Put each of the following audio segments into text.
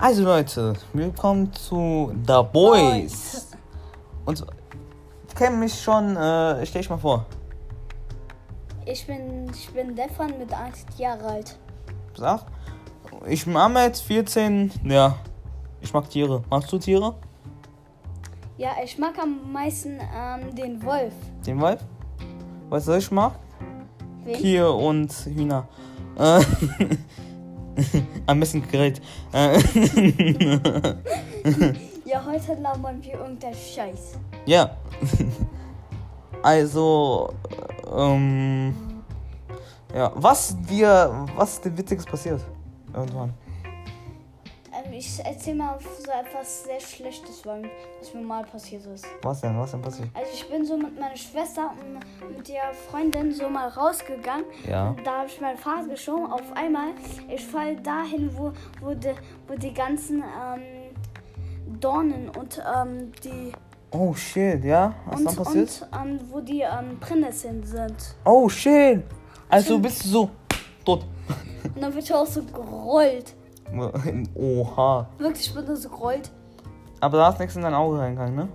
Also Leute, willkommen zu The Boys. Und kennen mich schon, äh, stell ich mal vor. Ich bin, ich bin Stefan mit 8 Jahre alt. Sag. Ich bin Ahmed, 14. Ja, ich mag Tiere. Magst du Tiere? Ja, ich mag am meisten ähm, den Wolf. Den Wolf? Weißt du, was ich mag? Wen? Kühe und Hühner. Äh, am besten Gerät. Äh, Ja, heute labern wir irgendeinen Scheiß. ja. Also, ähm, ja, was dir, was dir witziges passiert? Irgendwann. Ähm, ich erzähl mal so etwas sehr Schlechtes, weil was mir mal passiert ist. Was denn? Was denn passiert? Also ich bin so mit meiner Schwester und mit der Freundin so mal rausgegangen. Ja. Da habe ich mein Fahrrad geschoben. Auf einmal, ich fall dahin, wo, wo, die, wo die ganzen ähm, Dornen und ähm, die Oh shit, ja? Was ist und, dann passiert? und ähm, wo die ähm, Brennnesseln sind. Oh shit! Also Stimmt. bist du so tot. Und dann wird ich auch so gerollt. Oha. Wirklich, ich bin da so gerollt. Aber da hast nichts in dein Auge reingegangen, ne?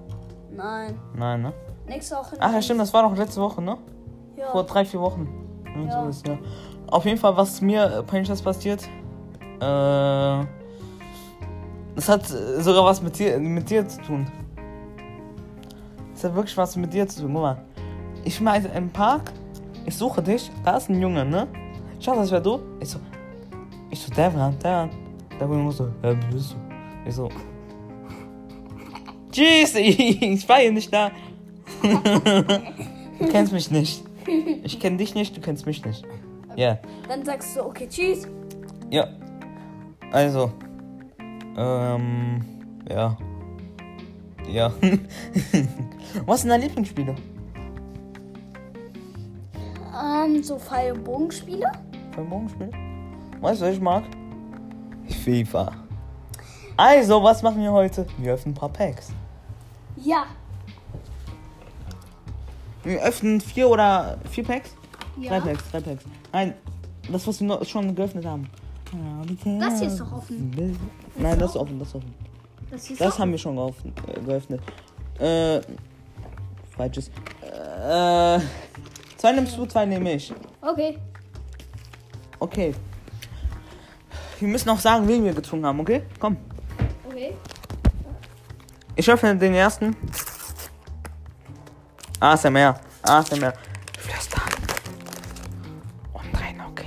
Nein. Nein, ne? Nächste Woche. Ach ja, stimmt, das war doch letzte Woche, ne? Ja. Vor drei, vier Wochen. Irgend Ja. sowas, ja. Auf jeden Fall, was mir äh, peinliches passiert, äh, das hat äh, sogar was mit dir, mit dir zu tun. Das hat wirklich was mit dir zu tun. Guck mal. Ich war also im Park, ich suche dich, da ist ein Junge, ne? Schau, das wär du. Ich so, ich so, Devran, Devran. Der Junge so, wer bist du? Ich so, tschüss, ich war hier nicht da. Du kennst mich nicht. Ich kenn dich nicht, du kennst mich nicht. Ja. Dann sagst du, okay, tschüss. Ja. Also. Ähm. Ja. Ja. Was sind deine Lieblingsspiele? Ähm, so Pfeil- und Bogenspiele. Beim Bogenspiel? Weißt du, was ich mag? FIFA. Also, was machen wir heute? Wir öffnen ein paar Packs. Ja. Wir öffnen vier oder vier Packs? Drei Ja. Packs, drei Packs. Nein, das, was wir noch- schon geöffnet haben. Das hier ist doch offen. Nein, das ist offen, das ist offen. Das ist Das haben wir schon geoffen, äh, geöffnet. Äh, falsches. Äh, zwei nimmst du, zwei nehme ich. Okay. Okay. Wir müssen auch sagen, wen wir gezogen haben, okay? Komm. Okay. Ich öffne den ersten. ASMR. ASMR. Flüstern. Umdrehen, okay.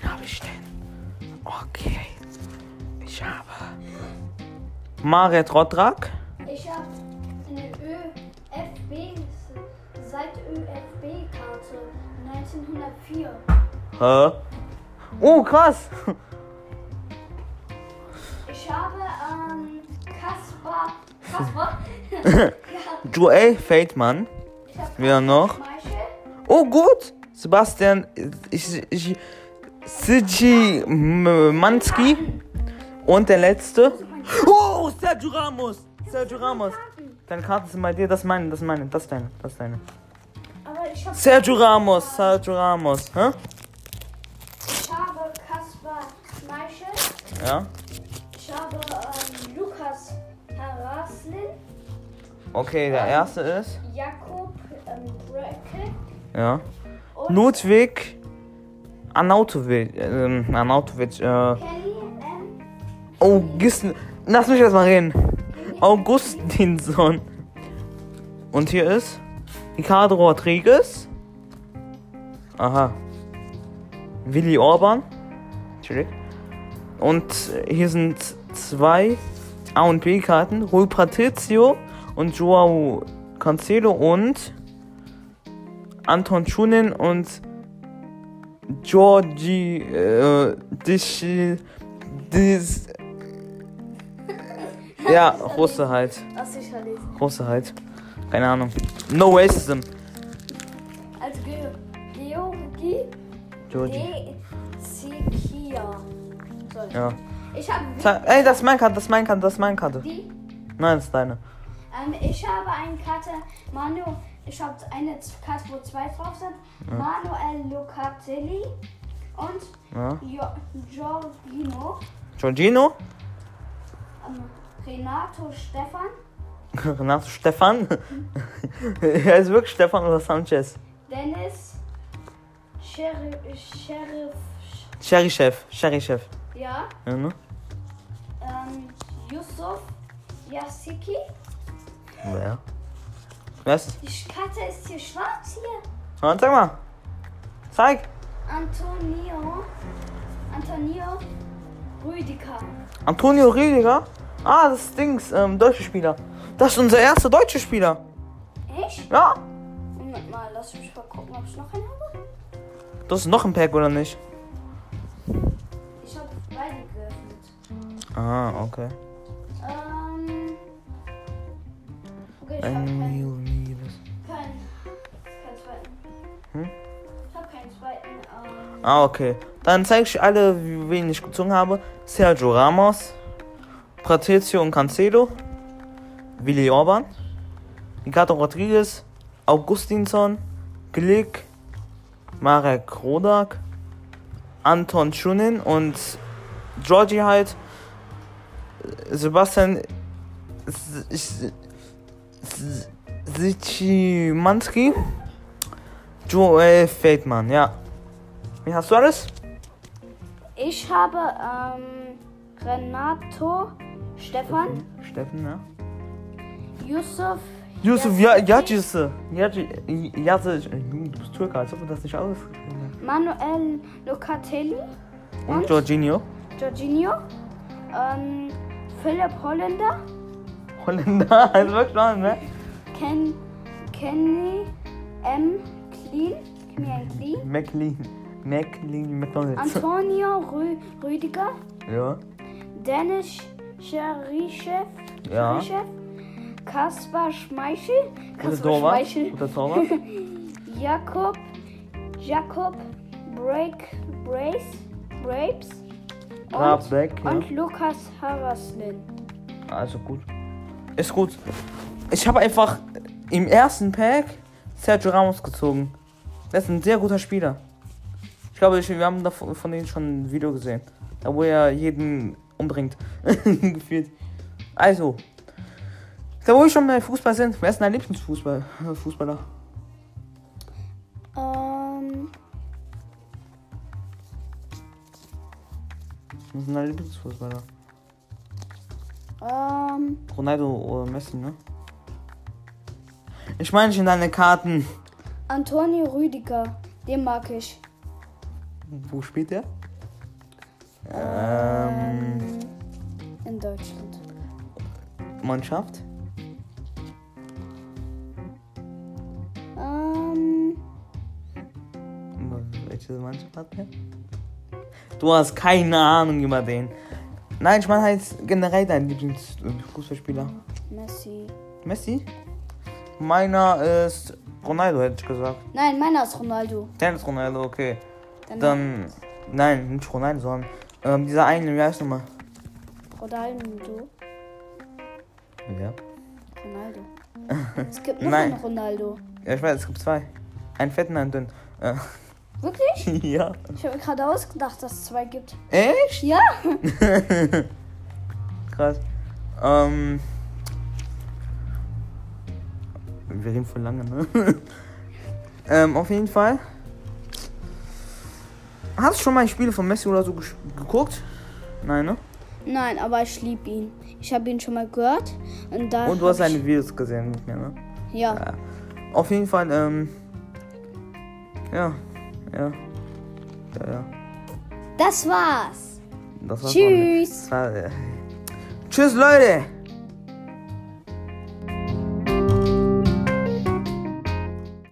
Wen habe ich denn? Okay. Ich habe. Maret Rodrak. Ich hab eine ÖFB, seit ÖFB-Karte 1904. Hä? Oh, krass. Ich habe, ähm, Kaspar. Kaspar? Joel Feldmann. Ich hab Wer noch? Meischel. Oh, gut. Sebastian ich, ich, Sigi Manski. Und der letzte. Oh, Sergio Ramos. Sergio Ramos. Deine Karten sind bei dir. Das ist meine, das ist meine, das ist deine, das ist deine. Aber ich hab, Sergio Ramos, Sergio Ramos. Hä? ich habe Kaspar Meischel. Ja, Ich habe, ähm, Lukas Haraslin. okay, der erste ist. Jakob ähm, Brecke. Ja. Und Ludwig Anautovic. Ähm, Anautovic. Äh, Kelly M. August. Lass mich erstmal reden. Augustinson. Und hier ist Ricardo Rodriguez. Aha. Willi Orban. Natürlich. Und hier sind zwei A und B Karten. Rui Patricio und Joao Cancelo und Anton Schunen und Georgi äh, Dischil. Dis, ja, Russe halt. Lass dich verlesen. Russe halt. Keine Ahnung. No racism. Also Ge Georgi Georgi. D. Sikia. So. Ja. Ich habe Ta- Ey, das ist mein Karte, das ist mein Karte, das ist mein Karte. die. Nein, das ist deine. Ähm, ich habe eine Karte. Manu. Ich habe eine Z- Karte, wo zwei drauf sind. Manuel Locatelli und Ja. jo Giorgino. Giorgino? ähm, Renato Stefan. Renato Stefan? er ist wirklich Stefan oder Sanchez. Dennis Sheriff. Sheriff Sch- Sherry Chef, Sherry Chef. ja. Ja, ne? Ähm, Yusuf Yasiki. Wer? Wer ist es? Die Katze ist hier schwarz hier. Na, Sag mal. Zeig. Antonio. Antonio Rüdiger. Antonio Rüdiger? Ah, das ist Dings, ähm, deutscher Spieler. Das ist unser erster deutscher Spieler. Echt? Ja. Moment mal, lass mich mal gucken, ob ich noch einen habe. Das ist noch ein Pack, oder nicht? Ich habe beide geöffnet. Ah, okay. Ähm. Okay, ich habe keinen, Ah, keinen, keinen zweiten. Hm? Ich habe keinen zweiten. Ähm, okay. Dann zeige ich alle, wie- wen ich gezogen habe. Sergio Ramos, Patricio und Cancelo, Willi Orban, Ricardo Rodriguez, Augustinsson, Glick, Marek Rodak, Anton Schunin und Georgi halt, Sebastian S- S- S- Szymanski, Joel Feldmann, ja. Wie hast du alles? ich habe ähm, Renato, Stefan, Steffen, ja. Yusuf. Yusuf Ja- Yacisse. Yacisse. Du bist Türke, als ob du das nicht ausgesprochen hast. Manuel Locatelli, Und Jorginho. Jorginho, ähm, Philipp Holländer, Holländer, also wirklich Mann, ne? Ken, Kenny M. Clean, Kmian Clean, McLean. McLean McDonalds. Antonio Rü Rüdiger, Ja. Dennis Scherischew, Ja. Scherischew, Kaspar Schmeichel, Guter Kaspar Torwart. Schmeichel, Guter Torwart. Jakob, Jakob Break, Brace, Brapes und, Brabeck, ja. und Lukas Haraslin. Also gut. Ist gut. Ich habe einfach im ersten Pack Sergio Ramos gezogen. Das ist ein sehr guter Spieler. Ich glaube, ich, wir haben davon, von denen schon ein Video gesehen. Da wo er jeden umbringt. Gefühlt. Also. Da wo wir schon bei Fußball sind, wer ist dein Lieblingsfußball- Fußballer? Ähm, Wer ist dein Lieblingsfußballer? ähm, Ronaldo oder Messi, ne? Ich meine schon deine Karten. Antonio Rüdiger, den mag ich. Wo spielt er? Ähm, In Deutschland. Mannschaft? Ähm, Welche Mannschaft hat der? Du hast keine Ahnung über den. Nein, ich meine halt generell deinen Lieblingsfußballspieler. Messi. Messi? Meiner ist Ronaldo, hätte ich gesagt. Nein, meiner ist Ronaldo. Dein ist Ronaldo, okay. Dann, Dann, nein, nicht Ronaldo, sondern ähm, dieser eine, wie heißt nochmal? Ronaldo. Ja. Ronaldo. Es gibt noch Nein. einen Ronaldo. Ja, ich weiß, es gibt zwei. Einen fetten, einen dünnen. Äh, Wirklich? ja. Ich habe mir gerade ausgedacht, dass es zwei gibt. Echt? Ja? Krass. Ähm. Wir reden voll lange, ne? ähm, auf jeden Fall. Hast du schon mal Spiele von Messi oder so gesch- geguckt? Nein, ne? Nein, aber ich liebe ihn. Ich habe ihn schon mal gehört. Und, da Und du hast Äh, hab ich- seine Videos gesehen mit mir, ne? Ja. Auf jeden Fall, ähm. Ja. Ja. Ja, ja. Das war's. Das war's. von mir. Tschüss. Das war, äh. Tschüss, Leute!